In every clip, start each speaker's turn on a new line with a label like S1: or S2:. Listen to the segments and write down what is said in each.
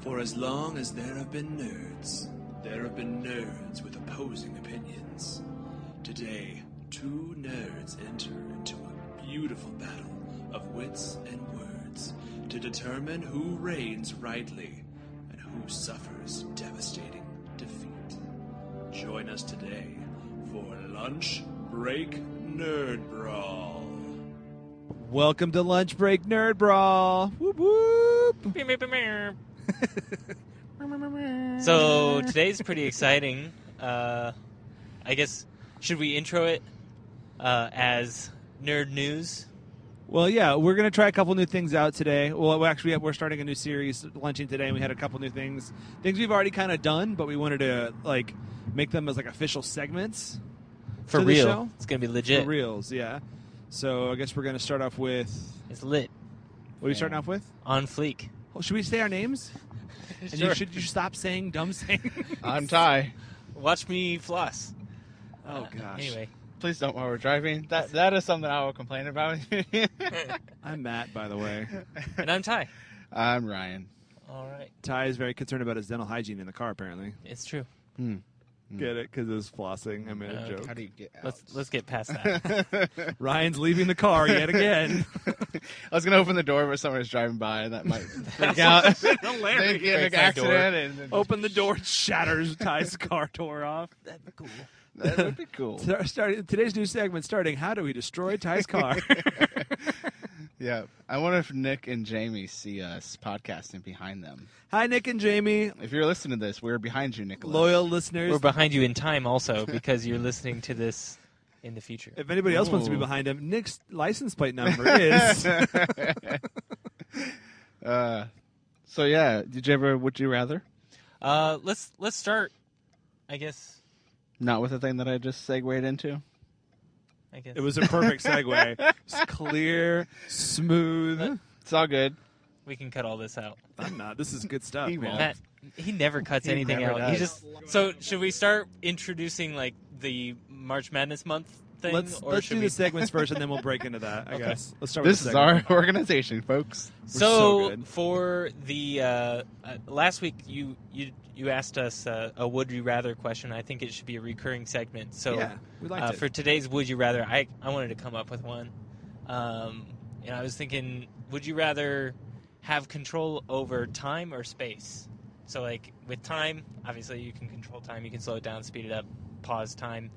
S1: For as long as there have been nerds, there have been nerds with opposing opinions. Today, two nerds enter into a beautiful battle of wits and words to determine who reigns rightly and who suffers devastating defeat. Join us today for Lunch Break Nerd Brawl.
S2: Welcome to Lunch Break Nerd Brawl. Whoop whoop.
S3: So today's pretty exciting. Uh, I guess should we intro it uh, as nerd news?
S2: Well, yeah, we're gonna try a couple new things out today. Well, actually, we're starting a new series, lunching today. and We had a couple new things, things we've already kind of done, but we wanted to like make them as like official segments
S3: For
S2: To the
S3: real,
S2: show?
S3: it's gonna be
S2: for
S3: legit.
S2: reels. Yeah. So I guess we're gonna start off with
S3: It's lit
S2: what are you starting off with?
S3: on fleek.
S2: Oh, should we say our names? And you should you stop saying dumb things.
S4: I'm Ty.
S3: Watch me floss. Uh,
S2: oh gosh.
S3: Anyway,
S4: Please don't while we're driving. That that is something I will complain about.
S2: I'm Matt, by the way.
S3: and I'm Ty.
S4: I'm Ryan.
S3: All right,
S2: Ty is very concerned about his dental hygiene in the car. Apparently,
S3: it's true.
S2: get it because it was flossing. I made
S3: a Okay. joke.
S4: How do you get out?
S3: Let's let's get past that.
S2: Ryan's leaving the car yet again.
S4: I was gonna open the door, but someone was driving by, and that might freak out. they get in an
S3: Breaks that door. Oh.
S4: accident, and then-
S2: Open the door, shatters Ty's car door off.
S3: That'd be cool.
S4: that would be cool.
S2: Start, starting- today's new segment starting How Do We Destroy Ty's Car?
S4: Yeah, I wonder if Nick and Jamie see us podcasting behind them.
S2: Hi, Nick and Jamie,
S4: If you're listening to this, we're behind you, Nicholas.
S2: loyal listeners.
S3: We're behind you in time also because you're listening to this in the future.
S2: if anybody else wants to be
S4: Ooh.
S2: behind him, Nick's license plate number is.
S4: uh, so yeah, did you ever? Would you rather?
S3: Uh, let's let's start. I guess.
S4: Not with the thing that I just segued into.
S3: I guess
S2: it was a perfect segue. It's clear, smooth.
S4: It's all good.
S3: we can cut all this out.
S2: I'm not. This is good stuff,
S4: He
S2: man.
S4: won't.
S3: Matt, he never cuts
S4: He
S3: anything
S4: never
S3: out. He
S4: does.
S3: just so should we start introducing like the March Madness month thing?
S2: Let's,
S3: or
S2: let's
S3: should
S2: do
S3: we...
S2: the segments first, and then we'll break into that. I
S3: Okay.
S2: guess let's start.
S4: This
S2: with
S4: is
S2: the segment.
S4: our organization, folks.
S3: So,
S2: so good.
S3: for the uh, uh, last week, you you you asked us uh, a would you rather question. I think it should be a recurring segment. So
S2: yeah, we liked
S3: uh,
S2: it.
S3: for today's would you rather, I I wanted to come up with one, um, and I was thinking, would you rather have control over time or space? So like with time, obviously you can control time, you can slow it down, speed it up, pause time.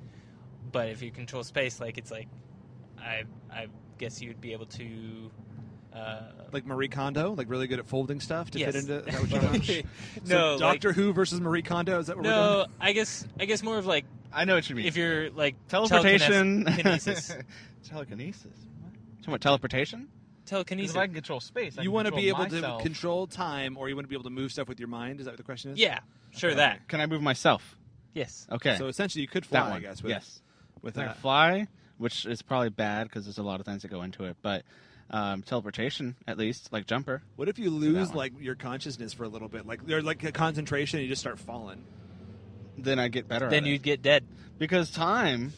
S3: But if you control space, like it's like, I I guess you'd be able to. Uh,
S2: like Marie Kondo, like really good at folding stuff to
S3: yes.
S2: fit into. Is that what you want?
S3: no,
S2: so
S3: like-
S2: Doctor Who versus Marie Kondo. Is that what we're doing?
S3: no. I guess I guess more of like
S4: I know what you mean.
S3: if you're like
S4: teleportation,
S3: telekinesis.
S4: telekinesis. So what? Teleportation? 'Cause
S3: telekinesis.
S4: If I can control space, I
S2: You
S4: want to
S2: be able
S4: myself.
S2: to control time, or you want to be able to move stuff with your mind? Is that what the question is?
S3: yeah, sure that.
S4: Can I move myself?
S3: Yes.
S4: Okay,
S2: So essentially, you could fly.
S4: that one.
S2: I guess. With,
S4: yes,
S2: With
S4: I can
S2: that.
S4: fly, which is probably bad because there's a lot of things that go into it. But um, teleportation, at least, like jumper.
S2: What if you lose
S4: one.
S2: like your consciousness for a little bit, like there's like a concentration, and you just start falling?
S4: Then I get better.
S3: Then
S4: at
S3: you'd get dead.
S4: it. because time.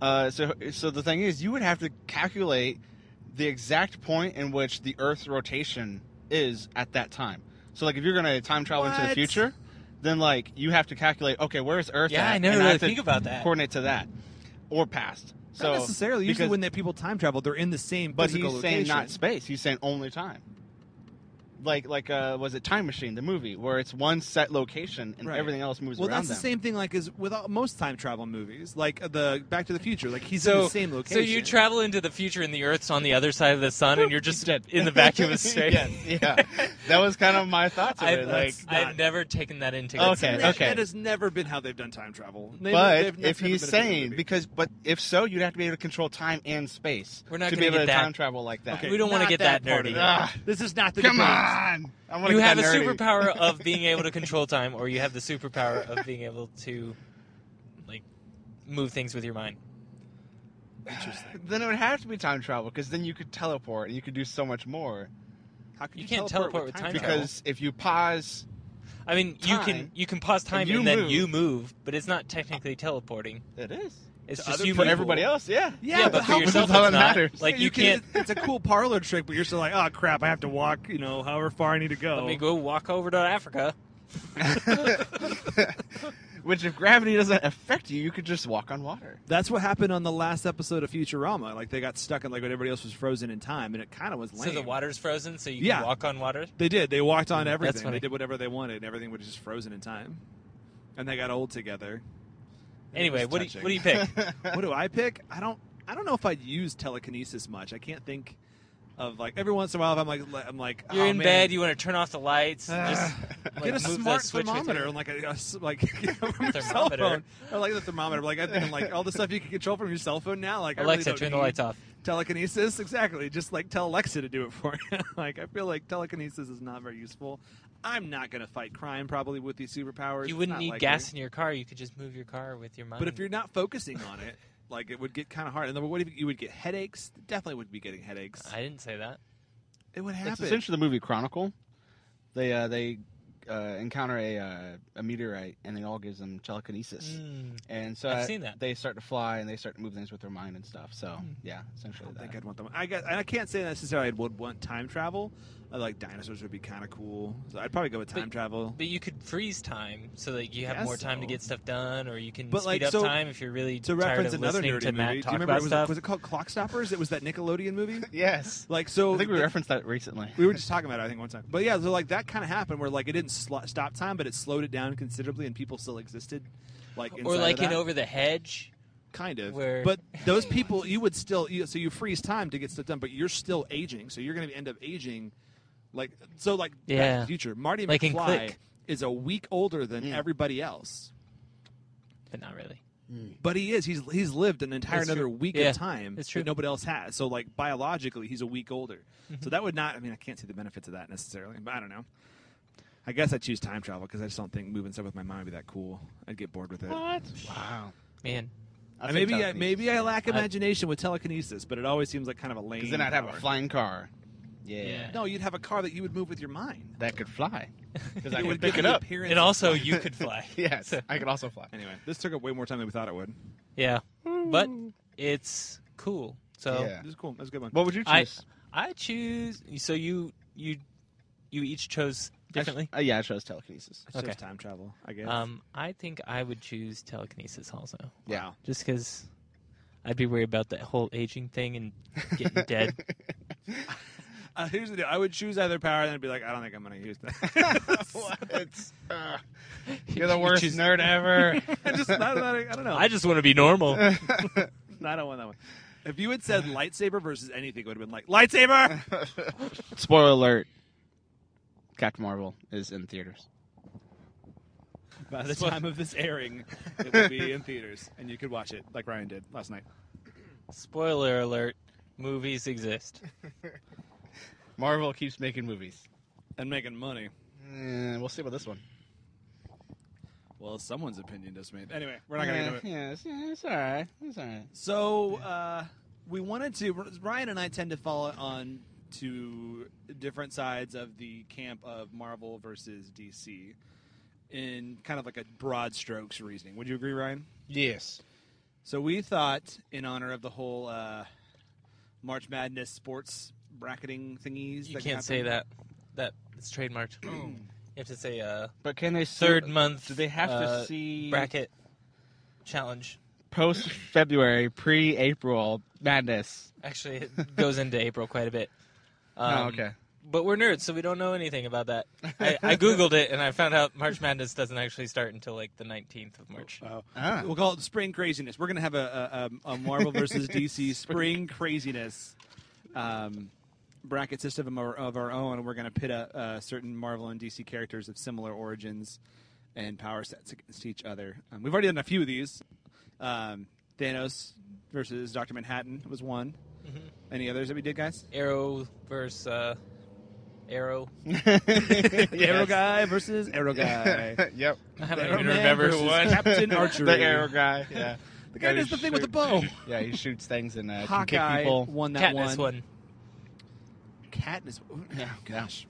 S4: Uh, so so the thing is, you would have to calculate the exact point in which the Earth's rotation is at that time. So like, if you're gonna time travel into
S2: What?
S4: the future. Then, like, you have to calculate. Okay, where's Earth?
S3: Yeah,
S4: at?
S3: I never
S4: And
S3: really
S4: have to
S3: think about that.
S4: Coordinate to that, or past. So
S2: Not necessarily. Usually,
S4: because-
S2: when that people time travel, they're in the same
S4: But he's
S2: physical
S4: saying
S2: location.
S4: not space. He's saying only time. Like like uh, was it Time Machine the movie where it's one set location and
S2: Right.
S4: everything else moves
S2: well,
S4: around
S2: that's the
S4: them.
S2: same thing. Like, is with all, most time travel movies, like uh, the Back to the Future, like he's in the same location.
S3: So you travel into the future and the Earth's on the other side of the sun, and you're just
S4: Dead.
S3: in the vacuum of space.
S4: yes, yeah, that was kind of my thoughts of
S3: I've,
S4: it. Like,
S2: that's-
S3: I've
S2: not-
S3: never taken that into
S4: Okay,
S3: consideration.
S2: That-
S4: okay.
S2: That has never been how they've done time travel. They-
S4: but
S2: they've- that's
S4: if
S2: never
S4: he's
S2: been a thing in the
S4: saying
S2: movie.
S4: because, but if so, you'd have to be able to control time and space.
S3: We're not
S4: to
S3: gonna
S4: be able
S3: get
S4: to
S3: that.
S4: time travel like that.
S3: We don't wanna
S2: not
S3: get that
S2: part of
S3: nerdy.
S2: it.
S4: Ah.
S2: This is not the
S4: Come
S2: debate.
S4: on, I wanna
S3: You
S4: get
S3: have a
S4: nerdy.
S3: superpower of being able to control time, or you have the superpower of being able to, like, move things with your mind.
S2: Interesting.
S4: Then it would have to be time travel because then you could teleport and you could do so much more.
S2: How could
S3: You can't teleport with time travel.
S4: Because if you pause
S3: I mean, you can
S4: Time.
S3: you can pause time
S4: you
S3: and then
S4: move.
S3: you move, but it's not technically teleporting.
S4: It is.
S3: It's
S1: To
S3: just
S1: other
S3: you
S4: for
S1: people.
S4: everybody else. Yeah.
S3: Yeah, but,
S4: how-
S3: for yourself,
S4: how it
S3: it's not.
S4: matters.
S3: Like
S2: Yeah,
S3: you, can't.
S2: It's a cool parlor trick, but you're still like, oh crap, I have to walk, you know, however far I need to go.
S3: Let me go walk over to Africa.
S4: Which, if gravity doesn't affect you, you could just walk on water.
S2: That's what happened on the last episode of Futurama. Like they got stuck and like when everybody else was frozen in time, and it kind of was lame.
S3: So the water's frozen, so you
S2: Yeah.
S3: can walk on water.
S2: They did. They walked on
S3: That's
S2: everything.
S3: funny.
S2: They did whatever they wanted, and everything was just frozen in time. And they got old together. And it
S3: Anyway,
S2: was
S3: what do, you,
S2: touching.
S3: what do you pick?
S2: what do I pick? I don't. I don't know if I'd use telekinesis much. I can't think of like every once in a while. If I'm like, le- I'm like,
S3: You're
S2: oh,
S3: in
S2: man, Ah.
S3: bed. You want to turn off the lights. and just like,
S2: get a
S3: move the
S2: smart
S3: switch with
S2: thermometer
S3: your-
S2: and like a, a s- like from your cell phone.
S3: Thermometer.
S2: I like the thermometer. But like I think like all the stuff you can control from your cell phone now. Like I really
S3: Alexa,
S2: don't
S3: turn the
S2: need
S3: lights off.
S2: Telekinesis, exactly. Just like tell Alexa to do it for you. like I feel like telekinesis is not very useful. I'm not going to fight crime probably with these superpowers. It's
S3: You wouldn't
S2: not
S3: need
S2: likely.
S3: gas in your car. You could just move your car with your mind.
S2: But if you're not focusing on it, like it would get kind of hard. And then what if you would get headaches? Definitely would be getting headaches.
S3: I didn't say that.
S2: it would
S4: It's
S2: happen.
S4: essentially the movie Chronicle. They uh, they uh, encounter a uh, a meteorite, and it all gives them telekinesis.
S3: Mm.
S4: And so
S3: I've
S4: uh,
S3: seen that.
S4: they start to fly, and they start to move things with their mind and stuff. So yeah,
S2: I
S4: essentially
S2: don't
S4: that.
S2: think I'd want them. I guess and I can't say necessarily I would want time travel. I like dinosaurs would be kind of cool. So I'd probably go with time
S3: But-
S2: travel.
S3: But you could freeze time so that you have
S2: Guess
S3: more time to
S2: so.
S3: get stuff done, or you can
S2: But,
S3: speed
S2: like,
S3: up
S2: so-
S3: time if you're really
S2: To
S3: tired
S2: reference
S3: of
S2: another
S3: listening
S2: nerdy
S3: to
S2: movie,
S3: Matt
S2: do you
S3: talk
S2: remember
S3: about
S2: was,
S3: stuff.
S2: It, was it called Clockstoppers? It was that Nickelodeon movie.
S4: Yes,
S2: Like so,
S4: I think we
S2: the-
S4: referenced that recently.
S2: we were just talking about it, I think, one time. But yeah, so like that kind of happened where like it didn't sl- stop time, but it slowed it down considerably, and people still existed, like inside
S3: or
S2: of
S3: like in
S2: that.
S3: Over the Hedge.
S2: kind of.
S3: where-
S2: But those people, you would still you, so you freeze time to get stuff done, but you're still aging, so you're going to end up aging, like so like Back to
S3: Yeah.
S2: the Future. Marty
S3: Like in
S2: McFly
S3: Click.
S2: is a week older than
S4: Mm.
S2: everybody else,
S3: But not really.
S2: but he is he's he's lived an entire
S3: That's
S2: another
S3: true.
S2: week
S3: Yeah,
S2: of time
S3: that's true. Mm-hmm.
S2: that nobody else has. So like biologically, he's a week older. So that would not. I mean, I can't see the benefits of that necessarily, but I don't know. I guess I choose time travel because I just don't think moving stuff with my mind would be that cool. I'd get bored with it.
S4: What? Wow. uh,
S3: Man,
S2: And maybe I, maybe I lack
S3: I-
S2: imagination with telekinesis, but it always seems like kind of a lame.
S4: because then I'd have a
S2: power.
S4: flying car. Yeah,
S3: Yeah.
S2: No, you'd have a car that you would move with your mind.
S4: that could fly. Because I
S2: It
S4: could
S2: would
S4: pick
S2: give
S4: it
S2: the
S4: up.
S2: appearance
S3: and
S2: of-
S3: also you could fly.
S4: Yes,
S3: So-
S4: I could also fly.
S2: Anyway, this took up way more time than we thought it would.
S3: yeah, but it's cool. So
S4: Yeah.
S2: This is cool. That's a good one.
S4: What would you
S3: I
S4: choose?
S3: I choose. So you you you each chose differently.
S4: Actu- uh, yeah, I chose telekinesis.
S2: It's just
S3: okay.
S2: time travel, I guess.
S3: Um, I think I would choose telekinesis also,
S4: Yeah.
S3: just because I'd be worried about that whole aging thing and getting dead.
S2: Uh, here's the deal. I would choose either power, and I'd be like, I don't think I'm going to use that.
S4: What? Uh,
S3: You
S4: you're the worst
S3: choose-
S4: nerd ever.
S2: I just, I don't, know. I don't know.
S3: I just want to be normal.
S2: No, I don't want that one. If you had said lightsaber versus anything, it would have been like lightsaber.
S4: Spoiler alert: Captain Marvel is in theaters.
S2: By the
S3: That's what-
S2: time of this airing, it will be in theaters, and you could watch it like Ryan did last night.
S3: Spoiler alert: movies exist.
S4: Marvel keeps making movies.
S2: And making money.
S4: Eh, we'll see about this one.
S2: Well, someone's opinion does made. Anyway, we're not going to do it.
S4: Yeah, it's, yeah, it's all right. It's all right.
S2: So uh, we wanted to. Ryan and I tend to fall on to different sides of the camp of Marvel versus DC in kind of like a broad strokes reasoning. Would you agree, Ryan?
S4: Yes.
S2: So we thought, in honor of the whole uh, March Madness sports bracketing thingies,
S3: You
S2: that
S3: can't
S2: happened-
S3: say that. That it's trademarked. you have to say uh,
S4: But can they still-
S3: third month.
S4: Do they have
S3: uh,
S4: to see
S3: bracket challenge?
S4: post February, pre April madness?
S3: Actually, it goes into April quite a bit.
S4: oh,
S3: Um,
S4: okay.
S3: But we're nerds, so we don't know anything about that. I, I googled it and I found out March Madness doesn't actually start until like the 19th of March.
S2: Oh.
S4: Ah.
S2: We'll call it spring craziness. We're going to have a, a, a a Marvel versus DC spring craziness um, bracket system of our, of our own. We're going to pit a, uh certain Marvel and DC characters of similar origins and power sets against each other. Um, we've already done a few of these. Um, Thanos versus Doctor Manhattan was one.
S4: Mm-hmm.
S2: Any others that we did, guys?
S3: Arrow versus uh, Arrow.
S2: Arrow guy versus Arrow guy.
S4: yep.
S3: I haven't
S2: Arrow
S3: even
S2: Man
S3: remember who
S2: versus
S3: won.
S2: Captain Archery.
S4: the arrow guy. Yeah. The
S2: That
S4: who
S2: is the thing with the
S4: shoot-
S2: bow.
S4: Yeah, he shoots things and uh, can kick
S2: Hawkeye
S4: people.
S2: won that one.
S3: Katniss won.
S2: Katniss.
S3: Oh,
S4: Yeah,
S2: gosh.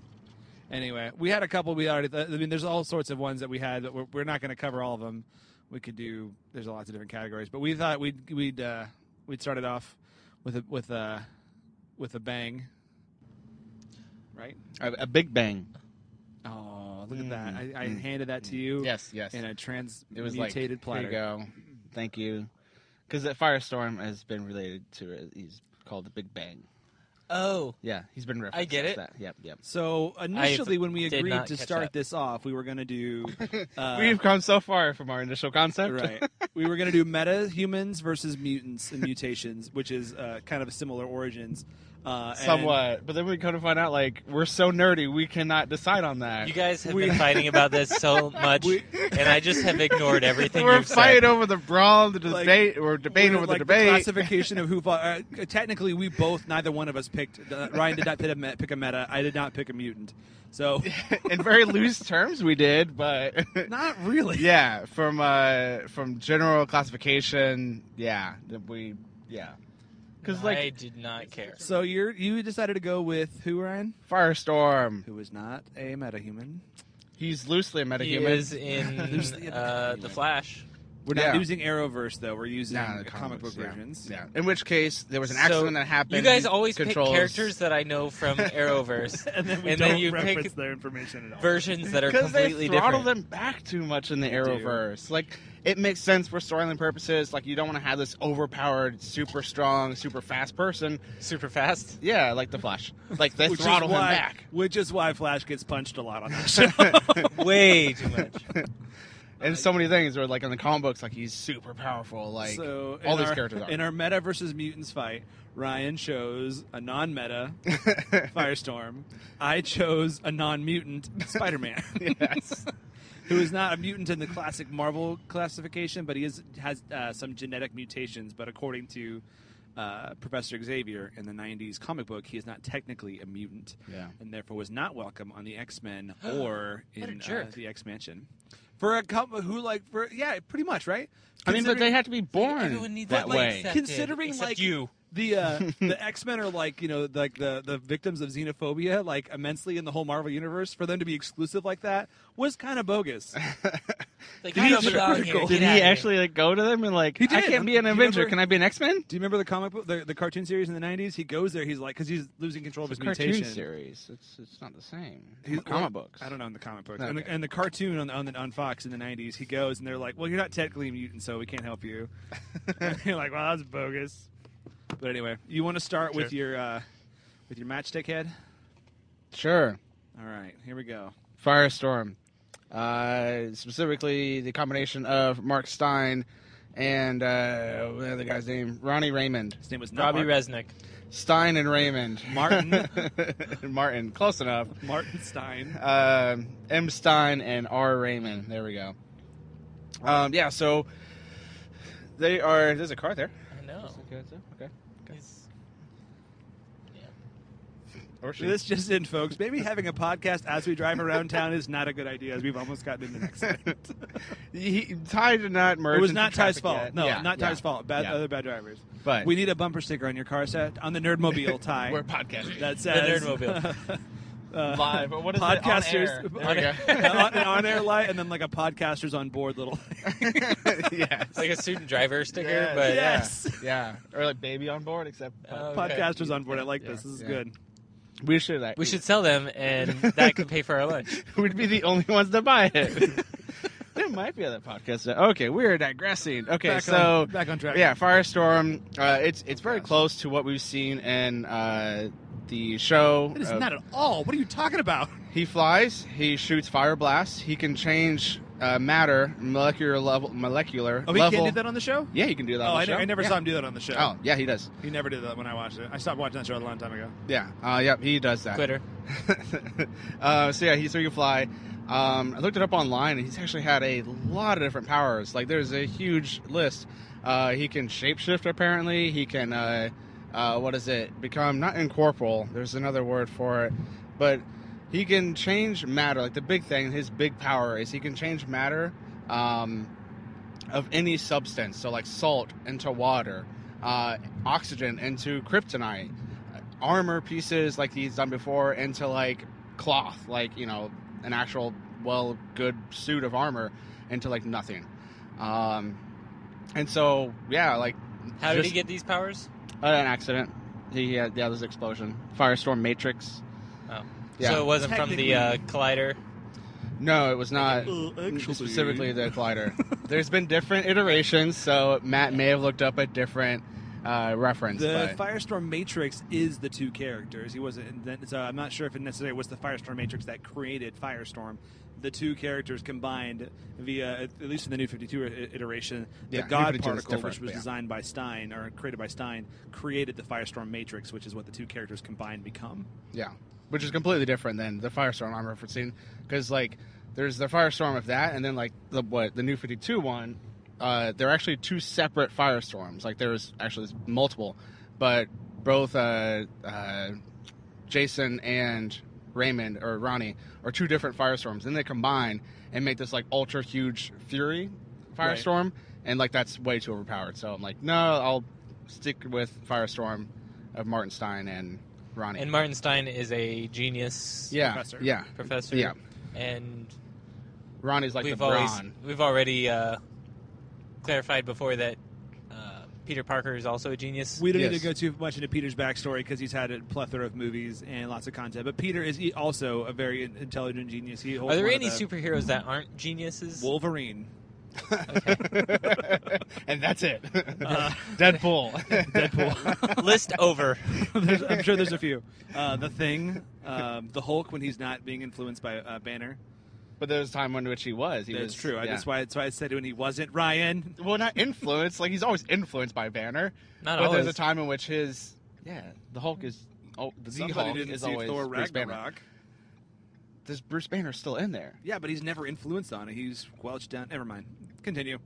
S2: Anyway, we had a couple. We already. I mean, there's all sorts of ones that we had. That we're, we're not going to cover all of them.
S5: we could do. There's lots of different categories, but we thought we'd we'd uh, we'd start it off with a with a with a bang, right?
S4: A, a big bang.
S5: Oh, look at that!
S4: Mm,
S5: I, I handed that to you.
S4: Yes, yes.
S5: In a trans
S4: It was
S5: mutated
S4: like,
S5: platter.
S4: Here you go. Thank you. Because that Firestorm has been related to it. He's called the Big Bang.
S3: Oh,
S4: Yeah, he's been referenced.
S3: I get
S4: as
S3: it.
S4: That. Yep, yep.
S5: So initially, when we
S3: did
S5: agreed
S3: not
S5: to
S3: catch
S5: start
S3: that.
S5: this off, we were going to do uh,
S4: We've come so far from our initial concept.
S5: right. We were going to do meta humans versus mutants and mutations, which is uh, kind of a similar origins. Uh, and
S4: Somewhat. But then we come to find out, like, we're so nerdy, we cannot decide on that.
S3: you guys have
S5: We-
S3: been fighting about this so much,
S5: We-
S3: and I just have ignored everything
S4: we're
S3: you've said.
S4: fighting over the brawl, the
S5: Like,
S4: debate, or debating
S5: we're,
S4: over
S5: like,
S4: the debate.
S5: classification of who. fought- Uh, technically, we both, neither one of us picked. Uh, Ryan did not pick a, me- pick a meta. I did not pick a mutant. So,
S4: In very loose terms, we did, but
S5: not really.
S4: yeah, from uh, from general classification, yeah, that we yeah, because
S3: I
S4: like
S3: did not care.
S5: So you're you decided to go with who Ryan,
S4: Firestorm,
S5: who is not a meta human.
S4: he's loosely a
S3: He
S4: metahuman.
S3: is in
S5: There's-
S3: uh, the Flash.
S5: We're not
S4: Yeah.
S5: using Arrowverse though. We're using
S4: Nah, the
S5: comic,
S4: comics,
S5: book
S4: yeah.
S5: versions.
S4: Yeah. In which case, there was an
S3: So,
S4: accident that happened.
S3: You guys always
S4: controls-
S3: pick characters that I know from Arrowverse,
S5: And then we
S3: and
S5: don't
S3: then you
S5: reference
S3: pick
S5: their information at all.
S3: versions that are
S4: because
S3: completely
S4: they throttle
S3: different.
S4: them back too much in the Arrowverse. Like it makes sense for storyline purposes. Like you don't want to have this overpowered, super strong, super fast person.
S3: super fast.
S4: Yeah, like the Flash. Like they
S5: which
S4: throttle
S5: is
S4: him
S5: why,
S4: back.
S5: Which is why Flash gets punched a lot on that show.
S3: Way too much.
S4: And so many things where like in the comic books, like he's super powerful. Like
S5: so
S4: all
S5: in
S4: these
S5: our,
S4: characters are.
S5: in our meta versus mutants fight. Ryan chose a non-meta Firestorm. I chose a non-mutant Spider-Man,
S4: yes.
S5: who is not a mutant in the classic Marvel classification, but he is has uh, some genetic mutations. But according to uh, Professor Xavier in the '90s comic book, he is not technically a mutant.
S4: Yeah.
S5: and therefore was not welcome on the X Men or
S3: What a
S5: in uh,
S3: jerk.
S5: the X Mansion. For a couple who like for yeah, pretty much right.
S4: I mean, but they
S5: Considering-
S4: had to be
S3: Everyone
S4: born
S3: needs
S4: that
S3: to be
S4: way.
S3: accepted,
S5: considering
S3: except
S5: like
S3: you.
S5: the uh, the X Men are like you know like the the victims of xenophobia like immensely in the whole Marvel universe for them to be exclusive like that was kind of bogus.
S3: Like,
S5: Did
S3: get
S5: he
S3: off the
S5: actually-
S3: dog here,
S5: did
S3: get
S4: Did he
S3: out of here.
S4: actually like go to them and like
S5: He
S4: I
S5: did.
S4: can't be an
S5: Do you
S4: Avenger?
S5: remember-
S4: Can I be an X Men?
S5: Do you remember the comic book the, the cartoon series in the '90s? He goes there. He's like because he's losing control of his
S4: Cartoon
S5: mutation.
S4: series. It's it's not the same.
S5: He's-
S4: He's, comic
S5: well,
S4: books.
S5: I don't know in the comic books.
S4: Okay.
S5: And, the, and the cartoon on on, the, on Fox in the '90s, he goes and they're like, "Well, you're not technically a mutant, so we can't help you." and you're like, "Well, that's bogus." But anyway, you want to start with your uh, with your matchstick head?
S4: Sure.
S5: All right, here we go.
S4: Firestorm. Uh, specifically, the combination of Mark Stein and uh, what was the other guy's name, Ronnie Raymond.
S5: His name was not
S3: Robbie
S5: Martin.
S3: Resnick.
S4: Stein and Raymond.
S5: Martin.
S4: Martin. Close enough.
S5: Martin Stein.
S4: Um M. Stein and R. Raymond. There we go. Um, yeah, so they are. There's a card there.
S3: I know.
S4: Okay.
S3: He's-
S4: Or she.
S5: This just in, folks. Maybe having a podcast as we drive around town is not a good idea, as we've almost gotten into an accident.
S4: He, Ty did not merge.
S5: It was
S4: into
S5: not Ty's
S4: traffic
S5: fault.
S4: yet.
S5: No,
S4: Yeah,
S5: not
S4: yeah,
S5: Ty's fault. Bad,
S4: yeah.
S5: other bad drivers.
S4: But
S5: We need a bumper sticker on your car set on the Nerdmobile, Ty.
S4: we're podcasting.
S5: that says
S3: The Nerdmobile.
S5: uh,
S4: Live, or what is it? On air.
S5: podcasters
S4: There we go.
S5: on, an on-air light, and then like a podcasters on board little.
S4: yes.
S3: like a student driver sticker,
S4: Yes,
S3: but
S5: yeah.
S4: Yeah. Or like baby on board, except
S5: Uh,
S3: Oh. Okay.
S5: Podcasters on board. I like this. This is
S4: Yeah.
S5: good.
S4: we should. Like,
S3: we should sell them, and that could pay for our lunch.
S4: We'd be the only ones to buy it. there might be other podcasts. that- Okay, we're digressing. Okay,
S5: back
S4: so
S5: on, back on track.
S4: yeah, Firestorm. Uh, it's it's very close to what we've seen in uh, the show.
S5: It is
S4: of-
S5: not at all. What are you talking about?
S4: He flies. He shoots fire blasts. He can change uh, matter, molecular level, molecular
S5: Oh, he
S4: level.
S5: can't do that on the show.
S4: Yeah, he can do that. on
S5: Oh,
S4: the
S5: I, ne-
S4: show.
S5: I never
S4: Yeah.
S5: saw him do that on the show.
S4: Oh, yeah, he does.
S5: He never did that when I watched it. I stopped watching that show a long time ago.
S4: Yeah, uh, yep, he does that.
S3: Quitter.
S4: uh, so yeah, he's three can fly. Um, I looked it up online, and he's actually had a lot of different powers. Like there's a huge list. Uh, he can shapeshift apparently. He can uh, uh, what is it? Become not incorporeal. There's another word for it, but he can change matter. Like the big thing, his big power is he can change matter um, of any substance. So like salt into water, uh, oxygen into kryptonite armor pieces like he's done before into like cloth, like you know, an actual well good suit of armor into like nothing. Um, and so yeah, like
S3: How did
S4: just-
S3: he get these powers?
S4: uh, an accident. He had yeah, this explosion, firestorm matrix.
S3: Oh.
S4: Yeah.
S3: So it wasn't from the uh, collider.
S4: No, it was not specifically the collider. There's been different iterations, so Matt may have looked up a different uh, reference.
S5: The
S4: but
S5: Firestorm Matrix is the two characters. He wasn't. and So I'm not sure if it necessarily was the Firestorm Matrix that created Firestorm. The two characters combined via, at least in the New 52 i- iteration, the
S4: Yeah, New
S5: God
S4: 52 is
S5: particle,
S4: different,
S5: which was
S4: yeah.
S5: designed by Stein or created by Stein, created the Firestorm Matrix, which is what the two characters combined become.
S4: yeah, which is completely different than the firestorm I'm referencing, because like there's the firestorm of that, and then like the what the new 52 one. Uh, they're actually two separate firestorms. Like there's actually multiple, but both uh, uh, Jason and Raymond or Ronnie are two different firestorms. Then they combine and make this like ultra huge Fury
S5: Right.
S4: firestorm, and like that's way too overpowered. So I'm like, no, I'll stick with Firestorm of Martin Stein and Ronnie.
S3: And Martin Stein is a genius
S4: yeah,
S5: Professor.
S4: yeah.
S3: professor.
S4: Yeah.
S3: And
S4: Ronnie's like
S3: we've
S4: the
S3: always
S4: brawn.
S3: we've already uh, clarified before that uh, Peter Parker is also a genius.
S5: We don't need
S4: Yes.
S5: to go too much into Peter's backstory because he's had a plethora of movies and lots of content. But Peter is e- also a very in- intelligent genius. He holds
S3: Are there
S5: one of
S3: any
S5: the-
S3: superheroes that aren't geniuses?
S5: Wolverine,
S4: and that's it. Deadpool.
S5: Uh, Deadpool.
S3: List over.
S5: There's- I'm sure there's a few. Uh, the Thing, um, the Hulk when he's not being influenced by uh, Banner.
S4: but there was a time in which he was. He
S5: That's
S4: was,
S5: true. I,
S4: yeah.
S5: that's why. That's why I said when he wasn't Ryan.
S4: Well, not influenced. Like he's always influenced by Banner.
S3: Not
S4: but
S3: always.
S4: there's a time in which his yeah, the Hulk is oh the
S5: Somebody
S4: Hulk
S5: didn't
S4: is
S5: see
S4: always
S5: Thor
S4: Bruce Banner.
S5: Ragnarok.
S4: There's Bruce Banner still in there.
S5: Yeah, but he's never influenced on it. He's squelched down. Never mind. Continue.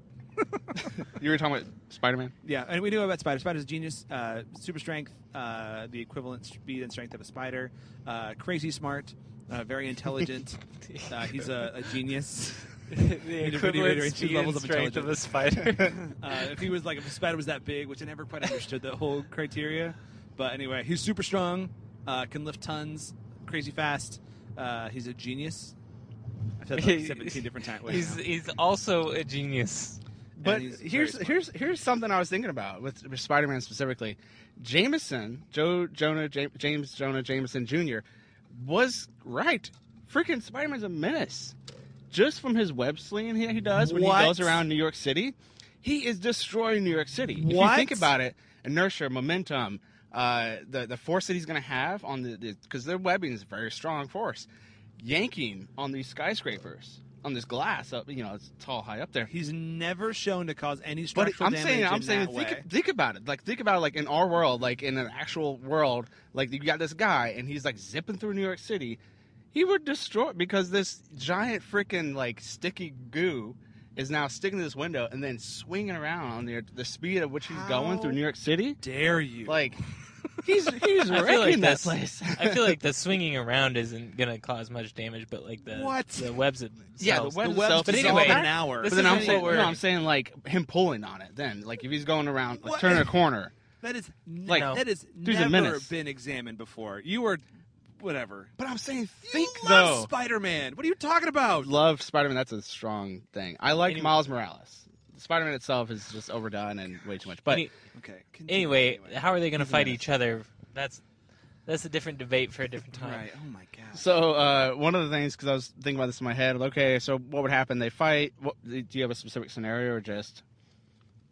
S4: You were talking about Spider Man.
S5: Yeah, and we knew about Spider. Spider's a genius, uh, super strength, uh, the equivalent speed and strength of a spider, uh, crazy smart, uh, very intelligent. uh, he's a, a genius.
S3: the
S5: Peter
S3: equivalent
S5: reiterates his
S3: speed
S5: levels
S3: and
S5: of
S3: strength of a
S5: intelligence.
S3: spider.
S5: Uh, if he was like, if a spider was that big, which I never quite understood the whole criteria. But anyway, he's super strong, uh, can lift tons, crazy fast. Uh, he's a genius. I've said that like 17 different times.
S3: he's he's also a genius.
S4: But
S5: he's very
S4: here's
S5: smart.
S4: here's here's something I was thinking about with, with Spider-Man specifically. Jameson, Joe Jonah Ja- James Jonah Jameson Jr. was right. Freaking Spider-Man's a menace. Just from his web slinging he, he does when
S5: What?
S4: he goes around New York City, he is destroying New York City. If you
S5: What?
S4: think about it, inertia, momentum, uh, the the force that he's going to have on the because their webbing is a very strong force, yanking on these skyscrapers on this glass up. You know, it's tall, high up there.
S5: He's never shown to cause any
S4: But
S5: structural
S4: I'm
S5: damage.
S4: saying, I'm
S5: in
S4: saying,
S5: that way.
S4: think, think about it. Like, think about it, like in our world, like in an actual world, like you got this guy and he's like zipping through New York City. He would destroy because this giant freaking like sticky goo is now sticking to this window and then swinging around on the the speed at which he's going through
S5: How
S4: New York City.
S5: Dare you?
S4: Like, he's he's
S3: I feel
S4: wrecking
S3: like
S4: that
S3: this-
S4: place.
S3: I feel like the swinging around isn't gonna cause much damage, but like the
S5: What?
S3: the webs it
S4: Yeah, the webs
S5: the
S4: itself
S5: web's
S3: But
S5: dissolved
S3: anyway,
S5: in an hour.
S3: this
S4: but then
S3: isn't
S4: I'm
S3: what
S4: saying,
S3: we're-
S4: no, I'm saying like him pulling on it. Then, like if he's going around, like,
S5: What?
S4: turning a corner.
S5: That is n-
S4: Like,
S5: that is
S4: there's a
S5: never
S4: menace.
S5: been examined before. You were whatever.
S4: But I'm saying, think
S5: you
S4: though.
S5: love Spider-Man. What are you talking about?
S4: love Spider-Man. That's a strong thing. I like
S3: Anyway.
S4: Miles Morales. Spider-Man itself is just overdone and way too much. But
S3: Any-
S5: Okay. continue.
S3: anyway, how are they gonna fight
S4: Yes.
S3: each other? That's that's a different debate for a different time.
S5: Right. Oh my god.
S4: so uh, one of the things because I was thinking about this in my head. Okay, so what would happen? They fight. What, do you have a specific scenario or just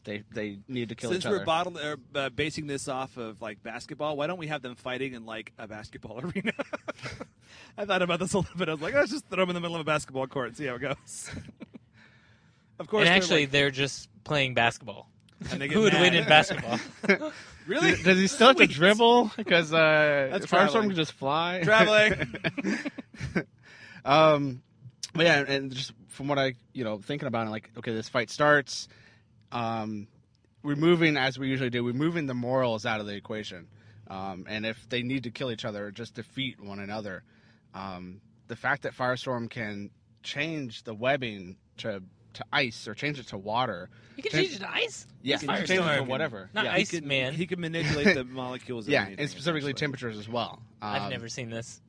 S4: they they need to kill
S5: Since
S4: each other?
S5: we're bottled, er, uh, basing this off of like basketball, why don't we have them fighting in like a basketball arena? I thought about this a little bit. I was like, let's just throw them in the middle of a basketball court and see how it goes. of course,
S3: And
S5: they're,
S3: actually,
S5: like-
S3: they're just playing basketball.
S5: and they get
S3: Who would win
S5: mad.
S3: in basketball?
S5: Really?
S4: does, does he still have to dribble? Because uh,
S5: That's
S4: Firestorm
S5: traveling.
S4: can just fly.
S5: Traveling.
S4: Um, but yeah, and just from what I you know thinking about it, like okay, this fight starts. Um, removing as we usually do, removing the morals out of the equation, um, and if they need to kill each other, or just defeat one another. Um, the fact that Firestorm can change the webbing to to ice or change it to water,
S3: You can
S4: Change-
S3: change it to ice.
S4: yeah,
S3: It's
S4: change it to
S3: Firestorm.
S4: whatever,
S3: Not
S4: yeah,
S5: he
S3: ice
S5: can,
S3: man.
S5: He can manipulate the molecules. of
S4: yeah,
S5: anything,
S4: and specifically
S5: essentially.
S4: temperatures as well. Um,
S3: I've never seen this.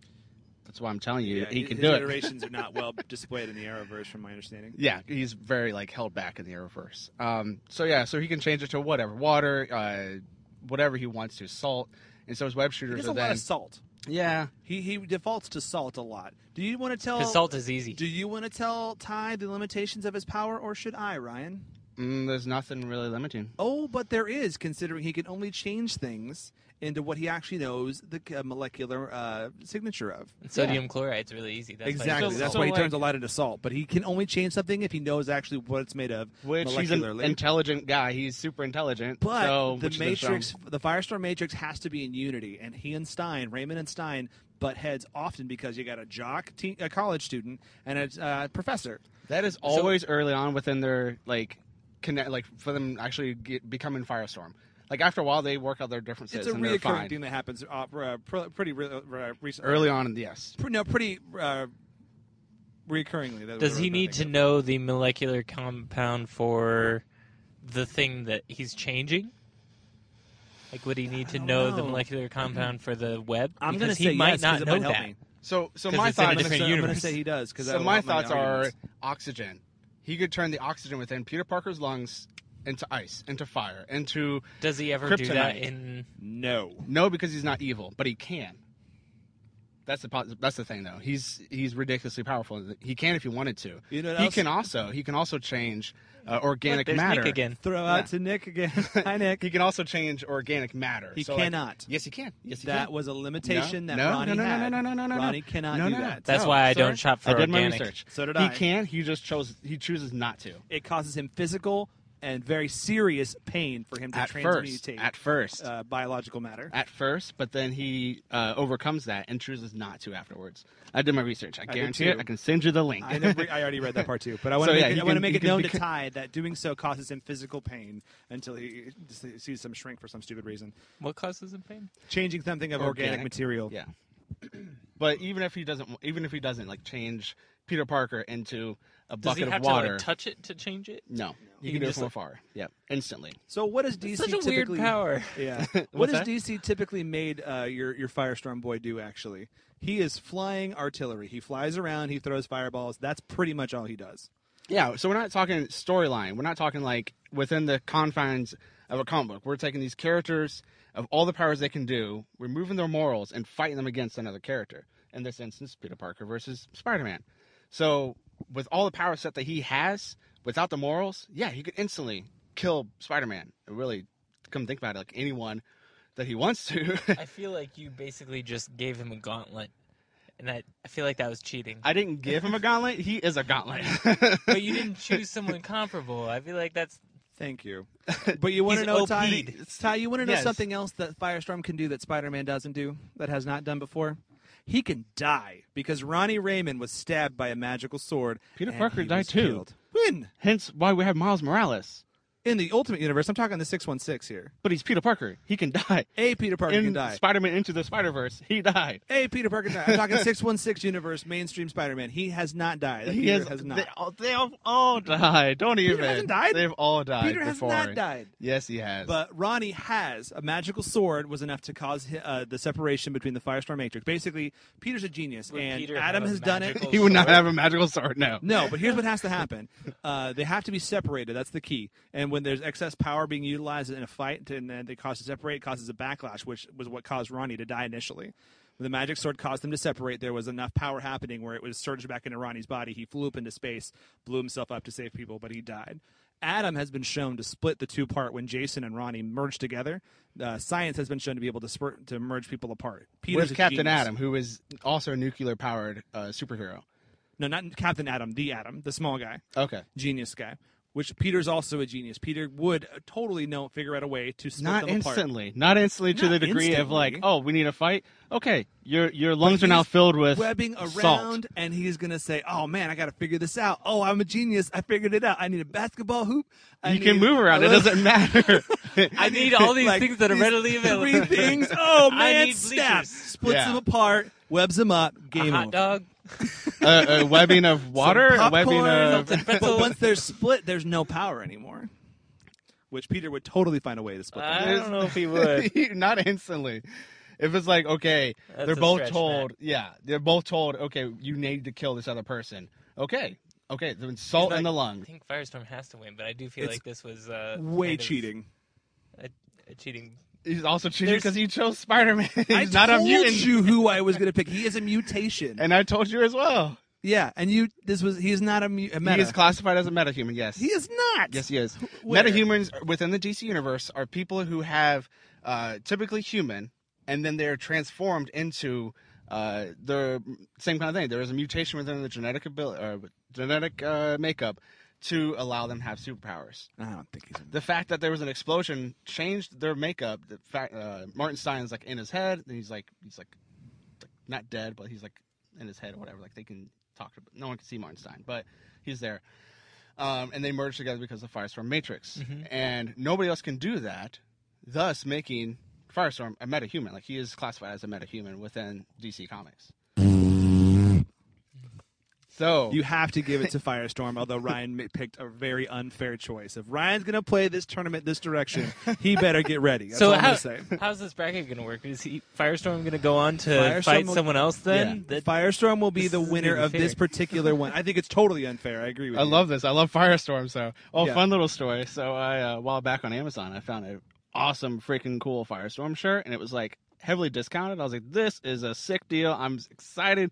S4: That's why I'm telling you,
S5: Yeah,
S4: he
S5: his-
S4: can
S5: his
S4: do it.
S5: iterations are not well displayed in the Arrowverse, from my understanding.
S4: Yeah, he's very like held back in the Arrowverse. Um, so yeah, so he can change it to whatever water, uh, whatever he wants to salt, and so his web
S5: He
S4: shooters
S5: does
S4: are
S5: a
S4: then
S5: lot of salt.
S4: yeah.
S5: He he defaults to salt a lot. Do you want to tell?
S3: Because salt is easy.
S5: Do you want to tell Ty the limitations of his power, or should I, Ryan?
S4: Mm, there's nothing really limiting.
S5: Oh, but there is, considering he can only change things into what he actually knows the uh, molecular uh, signature of.
S3: And sodium chloride's really easy. That's
S5: exactly.
S3: Why
S5: That's
S3: so,
S5: why he
S3: so,
S5: turns a lot into salt. But he can only change something if he knows actually what it's made of
S4: Which he's an
S5: molecularly.
S4: intelligent guy. He's super intelligent.
S5: but
S4: so,
S5: the
S4: which is a shame.
S5: Matrix, the Firestorm Matrix, has to be in unity, and he and Stein, Raymond and Stein, butt heads often because you got a jock, teen, a college student, and a uh, professor.
S4: That is always early on within their like connect, like for them actually get, becoming Firestorm. Like after a while, they work out their differences.
S5: It's a
S4: and they're
S5: reoccurring
S4: fine.
S5: thing that happens uh, pr- pretty re- uh, re- recently.
S4: Early on, in the yes.
S5: Pr- no, pretty uh, reoccurringly. That's
S3: does
S5: what I
S3: he
S5: was
S3: need to
S5: thinking of.
S3: know the molecular compound for the thing that he's changing? Like, would he need to
S5: don't
S3: know, the
S5: know.
S3: molecular compound for the web?
S5: I'm going to
S3: Because
S5: say
S3: he might
S5: yes, 'cause
S3: not
S5: it
S3: know
S5: help
S3: that.
S5: me.
S4: So, so
S3: 'Cause
S4: my
S3: it's in a
S4: thought.
S5: I'm gonna
S3: different
S5: say- I'm going to
S3: universe.
S5: say he does because
S4: So my thoughts are oxygen. He could turn the oxygen within Peter Parker's lungs into ice, into fire, into
S3: Does he ever do that
S4: Kryptonite.
S3: in?
S5: no.
S4: no because he's not evil, but he can. That's the pos- that's the thing though. He's he's ridiculously powerful. He can if he wanted to.
S5: You know what
S4: he
S5: else?
S4: can also he can also change uh, organic
S3: There's
S4: matter
S3: Nick again.
S5: Throw
S4: Yeah.
S5: out to Nick again. Hi, Nick.
S4: He can also change organic matter.
S5: He
S4: like-
S5: cannot.
S4: yes, he can. Yes, he
S5: that
S4: can.
S5: was a limitation
S4: No,
S5: that
S4: no,
S5: Ronnie
S4: no, no, no,
S5: had.
S4: no, no, no, no, no.
S5: Ronnie cannot
S4: No,
S5: do
S4: no,
S5: that.
S3: That's
S4: No,
S3: why I
S4: sorry.
S3: don't shop for
S4: I did
S3: organic.
S4: my research.
S5: So did
S4: he
S5: I.
S4: He can. He just chose. He chooses not to.
S5: It causes him physical and very serious pain for him to
S4: At first.
S5: transmutate
S4: At first.
S5: uh, biological matter.
S4: at first, but then he uh, overcomes that and chooses not to afterwards. I did my research. I guarantee it.
S5: too.
S4: I can send you the link.
S5: I, never, I already read that part too, but I want
S4: So,
S5: to
S4: yeah,
S5: make,
S4: he
S5: it, I want to
S4: can-
S5: make
S4: he
S5: it
S4: can
S5: known to
S4: beca-
S5: Ty that doing so causes him physical pain until he sees some shrink for some stupid reason.
S3: What causes him pain?
S5: Changing something of organic,
S4: Organic.
S5: material.
S4: yeah. But even if he doesn't, even if he doesn't like change Peter Parker into a
S3: Does
S4: bucket
S3: he have
S4: of water,
S3: to like, touch it to change it?
S4: no,
S3: You
S4: you, can
S3: can
S4: do it
S3: just,
S4: from
S3: like-
S4: afar. Yeah, instantly.
S5: So what is DC
S3: Such a weird
S5: typically?
S3: power.
S5: Yeah. what has
S4: that?
S5: DC typically made uh, your your Firestorm boy do? Actually, he is flying artillery. He flies around. He throws fireballs. That's pretty much all he does.
S4: Yeah, so we're not talking storyline. We're not talking like within the confines of a comic book. We're taking these characters of all the powers they can do, removing their morals, and fighting them against another character. In this instance, Peter Parker versus Spider Man. So, with all the power set that he has, without the morals, yeah, he could instantly kill Spider Man. Really, come think about it, like anyone that he wants to.
S3: I feel like you basically just gave him a gauntlet, and I, I feel like that was cheating.
S4: I didn't give him a gauntlet. He is a gauntlet.
S3: but you didn't choose someone comparable. I feel like that's
S5: Thank you. But you want to
S3: He's
S5: know, Ty?
S3: OP'd.
S5: Ty, you want to know
S4: Yes.
S5: something else that Firestorm can do that Spider-Man doesn't do that has not done before? He can die because Ronnie Raymond was stabbed by a magical sword.
S4: Peter
S5: and
S4: Parker
S5: he
S4: died
S5: was
S4: too.
S5: Killed. When
S4: Hence why we have Miles Morales.
S5: in the Ultimate Universe, I'm talking the six one six here.
S4: But he's Peter Parker. He can die.
S5: A Peter Parker can
S4: in
S5: die.
S4: Spider-Man Into the Spider-Verse, he died.
S5: Hey, Peter Parker died. I'm talking 616 universe, mainstream Spider-Man. He has not died. That
S4: He
S5: Peter
S4: has,
S5: has, not.
S4: They, all, they have all died. Don't even.
S5: hasn't died?
S4: They've all died.
S5: Peter has
S4: before.
S5: not died.
S4: Yes, he has.
S5: But Ronnie has a magical sword was enough to cause hi- uh, the separation between the Firestorm Matrix. Basically, Peter's a genius,
S3: Would
S5: and
S3: Peter
S5: Adam
S3: have a
S5: has done it.
S3: magical
S4: he would not
S3: Sword.
S4: have a magical sword. No.
S5: No, but here's what has to happen: uh, they have to be separated. That's the key. And when there's excess power being utilized in a fight, and then uh, they cause to separate, it causes a backlash, which was what caused Ronnie to die initially. When the magic sword caused them to separate, there was enough power happening where it was surged back into Ronnie's body. He flew up into space, blew himself up to save people, but he died. Adam has been shown to split the two part when Jason and Ronnie merged together. Uh, science has been shown to be able to spurt, to merge people apart. Peter's
S4: With
S5: a
S4: Captain
S5: genius.
S4: Adam, who is also a nuclear-powered uh, superhero.
S5: No, not Captain Adam, the Adam, the small guy
S4: Okay.
S5: genius guy. Which Peter's also a genius. Peter would totally know figure out a way to split
S4: Not
S5: them apart.
S4: instantly. Not instantly to
S5: Not
S4: the degree of like,
S5: instantly.
S4: oh, we need a fight. Okay, your your lungs are
S5: he's
S4: now filled with
S5: Webbing around,
S4: salt.
S5: and he's gonna say, "Oh man, I gotta figure this out. Oh, I'm a genius. I figured it out. I need a basketball hoop. I
S4: You can
S5: need
S4: move around.
S5: a
S4: It
S5: little-
S4: doesn't matter.
S3: I need all these
S5: like,
S3: things that are
S5: these
S3: readily available.
S5: Three things. Oh
S3: I
S5: man,
S3: need
S5: snap!
S3: bleachers.
S5: Splits
S4: Yeah.
S5: them apart, webs them up.
S3: a
S5: Game
S3: hot
S4: Uh-huh.
S5: over.
S3: dog.
S4: a, a webbing of water.
S5: Some
S4: a webbing
S5: popcorn,
S4: of
S5: something. but once they're split, there's no power anymore.
S3: Ah.
S5: Which Peter would totally find a way to split. them.
S3: I don't know if he would.
S4: not instantly. if it's like okay,
S3: That's
S4: they're
S3: a
S4: both
S3: stretch,
S4: told, yeah, they're both told, okay, you need to kill this other person. Okay, okay, the insult
S3: like-
S4: in the
S3: I
S4: lung.
S3: think Firestorm has to win, but I do feel
S5: It's
S3: like this was uh,
S5: Way
S3: kind of
S5: cheating.
S3: A, a cheating.
S4: He's also cheating
S3: There's-
S4: because he chose Spider Man. He's
S5: I
S4: not a
S5: told
S4: mutant.
S5: you who I was going to pick. He is a mutation.
S4: And I told you as well.
S5: yeah, and you. This was. He is not a, mu- a meta.
S4: He is classified as a metahuman. Yes.
S5: He is not.
S4: Yes, he is.
S5: Where?
S4: Metahumans within the DC universe are people who have uh, typically human, and then they're transformed into uh, the same kind of thing. There is a mutation within the genetic abil uh, genetic uh, makeup to allow them to have superpowers.
S5: I don't think he's. A,
S4: The fact that there was an explosion changed their makeup. The fact uh, Martin Stein's like in his head, and he's like he's like, like not dead, but he's like in his head or whatever. Like they can talk to, no one can see Martin Stein, but he's there. Um, and they merged together because of Firestorm Matrix,
S5: Mm-hmm.
S4: and nobody else can do that, thus making Firestorm a metahuman. Like he is classified as a metahuman within DC Comics. So
S5: you have to give it to Firestorm, although Ryan mi- picked a very unfair choice. If Ryan's going to play this tournament this direction, he better get ready. That's
S3: so
S5: all I'm
S3: how,
S5: going to say.
S3: how's this bracket going to work? Is he, Firestorm going to go on to
S5: Firestorm
S3: fight
S5: will-
S3: someone else then?
S5: Yeah.
S3: That-
S5: Firestorm will be
S3: this
S5: the
S3: isn't
S5: winner
S3: even
S5: of this
S3: fair.
S5: particular one. I think it's totally unfair. I agree with
S4: I
S5: you.
S4: love this. I love Firestorm. So, oh,
S5: Yeah.
S4: fun little story. So, I uh, a while back on Amazon, I found an awesome, freaking cool Firestorm shirt, and it was like heavily discounted. I was like, this is a sick deal. I'm excited.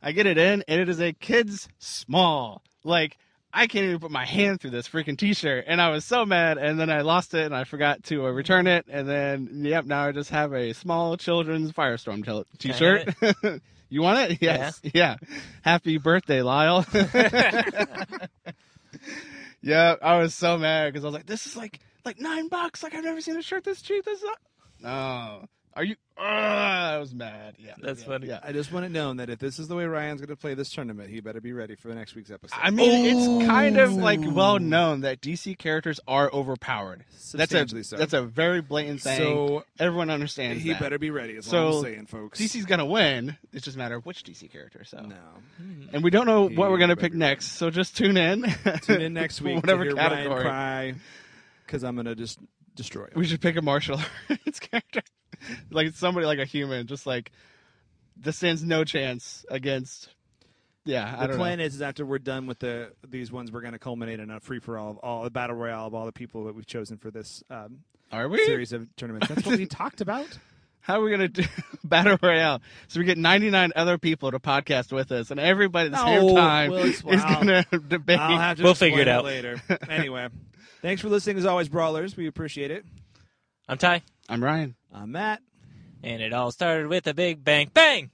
S4: I get it in, and it is a kid's small. Like, I can't even put my hand through this freaking t-shirt, and I was so mad. And then I lost it, and I forgot to uh, return it. And then, yep, now I just have a small children's Firestorm tel- t-shirt. you want it? Yes. yeah. Happy birthday, Lyle. Yeah, I was so mad because I was like, "This is like like nine bucks. Like I've never seen a shirt this cheap. This is not... no. Are you? Ugh, I was mad. Yeah,
S3: That's
S4: yeah,
S3: funny.
S4: Yeah.
S5: I just want it known that if this is the way Ryan's going to play this tournament, he better be ready for the next week's episode.
S4: I mean, it's kind of like well known that DC characters are overpowered. That's
S5: Substantially
S4: a
S5: so.
S4: that's a very blatant thing.
S5: So-
S4: everyone understands.
S5: he
S4: that.
S5: better be ready. Is all
S4: So,
S5: I'm saying, folks.
S4: DC's gonna win. It's just a matter of which DC character. So,
S5: no.
S4: and we don't know what
S5: He
S4: we're gonna
S5: better
S4: pick
S5: be-
S4: next. So just tune in.
S5: Tune in next week
S4: whatever
S5: to hear
S4: category.
S5: Ryan cry because I'm going to just destroy him.
S4: We should pick a martial arts character, like somebody like a human, just like this stands no chance against. Yeah, I
S5: the
S4: don't
S5: plan is, is after we're done with the these ones, we're going to culminate in a free for all of all the battle royale of all the people that we've chosen for this um,
S4: know. Are we?
S5: series of tournaments. That's what we talked about.
S4: How are we gonna do battle royale? So we get ninety nine other people to podcast with us, and everybody at the
S5: No,
S4: same time
S5: well, it's-
S4: is
S5: wow.
S4: gonna debate.
S5: I'll have to
S3: We'll figure
S5: explain
S3: it out.
S5: later. anyway, thanks for listening as always, brawlers. We appreciate it.
S3: I'm Ty,
S4: I'm Ryan.
S5: I'm Matt.
S3: and it all started with a big bang bang.